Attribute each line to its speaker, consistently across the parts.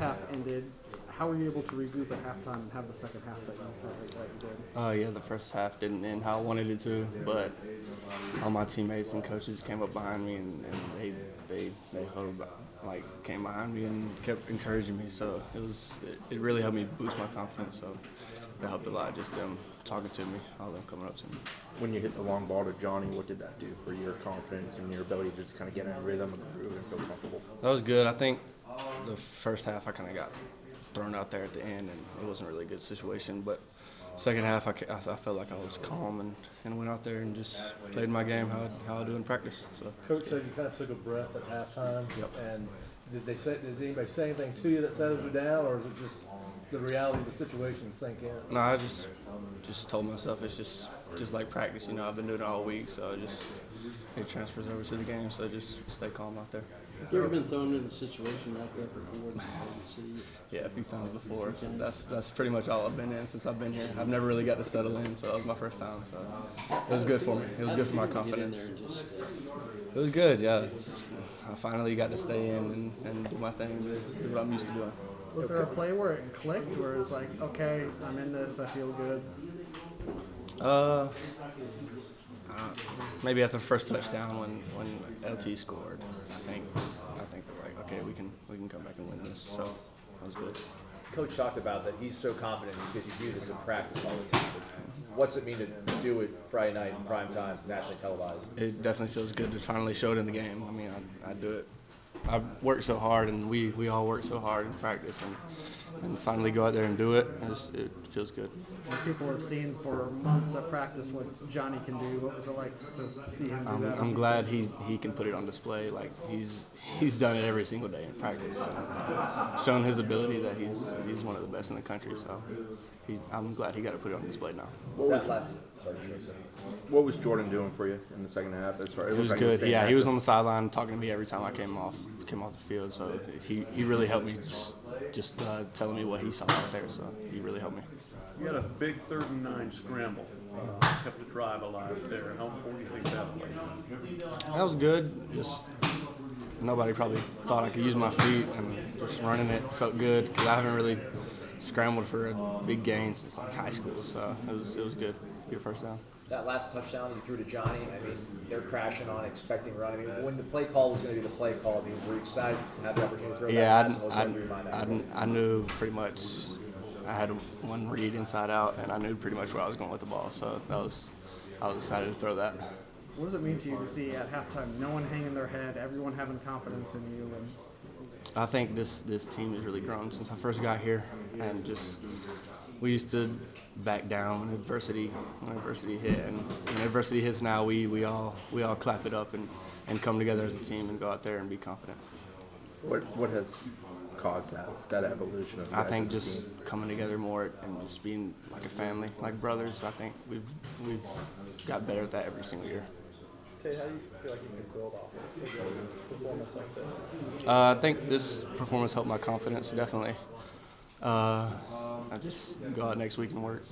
Speaker 1: half ended, how were you able to regroup at halftime and have the second half that you, that you did?
Speaker 2: Uh, yeah, the first half didn't end how I wanted it to, but all my teammates and coaches came up behind me and, and they they they held, like came behind me and kept encouraging me. So it was it, it really helped me boost my confidence. So it helped a lot. Just them talking to me, all them coming up to me.
Speaker 3: when you hit the long ball to Johnny, what did that do for your confidence and your ability to just kind of get in a rhythm and groove and feel comfortable?
Speaker 2: That was good. I think the first half I kind of got thrown out there at the end, and it wasn't really a good situation. But second half, I, ca- I I felt like I was calm and, and went out there and just played my game how, I- how I do in practice. So
Speaker 4: Coach said you kind of took a breath at halftime.
Speaker 2: Yep.
Speaker 4: And did they say? Did anybody say anything to you that settled you down, or is it just the reality of the situation sink in?
Speaker 2: no, I just just told myself it's just just like practice. You know, I've been doing it all week, so just it transfers over to the game. So just stay calm out there.
Speaker 1: Have you ever been thrown into a situation like that before? in the city?
Speaker 2: Yeah, a few times before. So that's that's pretty much all I've been in since I've been here. I've never really got to settle in, so it was my first time. So it was good for me. It was good for my
Speaker 1: Get in
Speaker 2: confidence.
Speaker 1: there and just, uh,
Speaker 2: It was good, yeah. I finally got to stay in and, and do my thing, do what I'm used to doing.
Speaker 5: Was there a play where it clicked, where it's like, okay, I'm in this, I feel good?
Speaker 2: Uh, uh, maybe after the first touchdown, when, when LT scored, I think I think they're like, okay, we can we can come back and win this. So that was good.
Speaker 3: Coach talked about that he's so confident because you do this in practice all the time. What's it mean to do it Friday night in prime time, nationally televised?
Speaker 2: It definitely feels good to finally show it in the game. I mean, I, I do it. I work so hard, and we, we all work so hard in practice, and, and finally go out there and do it. It's, it feels good.
Speaker 5: Where people have seen for months at practice what Johnny can do. What was it like to see him do
Speaker 2: I'm,
Speaker 5: that?
Speaker 2: I'm glad he, he can put it on display. Like he's he's done it every single day in practice, and shown his ability that he's he's one of the best in the country. So he, I'm glad he got to put it on display now.
Speaker 3: What was, sorry, Jason. what was Jordan doing for you in the second half? As far, it
Speaker 2: It
Speaker 3: looked
Speaker 2: was
Speaker 3: like he
Speaker 2: good.
Speaker 3: staying
Speaker 2: Yeah, he
Speaker 3: active.
Speaker 2: was on the sideline talking to me every time I came off came off the field. So he, he really helped me just, just uh, telling me what he saw out there. So he really helped me.
Speaker 4: You had a big third and nine scramble. Kept the drive alive there. How important do you think that played?
Speaker 2: That was good. Just nobody probably thought I could use my feet and just running it felt good because I haven't really scrambled for a big gain since like high school. So it was it was good. Your first down.
Speaker 6: That last touchdown that you threw to Johnny, I mean, they're crashing on, expecting run. I mean, when the play call was going to be the play call, I mean, were you excited to have the opportunity to throw
Speaker 2: Yeah, I
Speaker 6: that pass?
Speaker 2: didn't- I, didn't- I, didn't- I knew pretty much. I had one read inside out, and I knew pretty much where I was going with the ball. So that was I was excited to throw that.
Speaker 5: What does it mean to you to see at halftime no one hanging their head, everyone having confidence in you? And
Speaker 2: I think this this team has really grown since I first got here, and just we used to back down when adversity when adversity hit, and when adversity hits now, we, we all we all clap it up and, and come together as a team and go out there and be confident.
Speaker 3: What, what has caused that that evolution? Of you
Speaker 2: I
Speaker 3: guys
Speaker 2: think
Speaker 3: as a
Speaker 2: just
Speaker 3: team?
Speaker 2: coming together more and just being like a family, like brothers. I think we've we've got better at that every single year.
Speaker 4: how do you feel like you can build off of performance like this?
Speaker 2: Uh, I think this performance helped my confidence definitely. Uh, I just go out next week and work.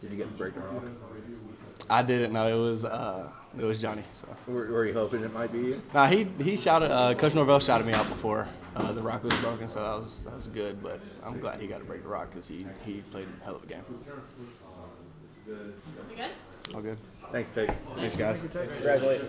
Speaker 3: Did you get the break or not?
Speaker 2: I didn't know it was uh, it was Johnny. So
Speaker 3: Were, were you hoping it might be you?
Speaker 2: now he he shouted uh, Coach Norvell shouted me out before uh, the rock was broken, so that was that was good. But I'm glad he got to break the rock because he he played a hell of a game.
Speaker 7: you good?
Speaker 2: All good.
Speaker 3: Thanks, Pig.
Speaker 2: Thanks guys.
Speaker 3: Congratulations.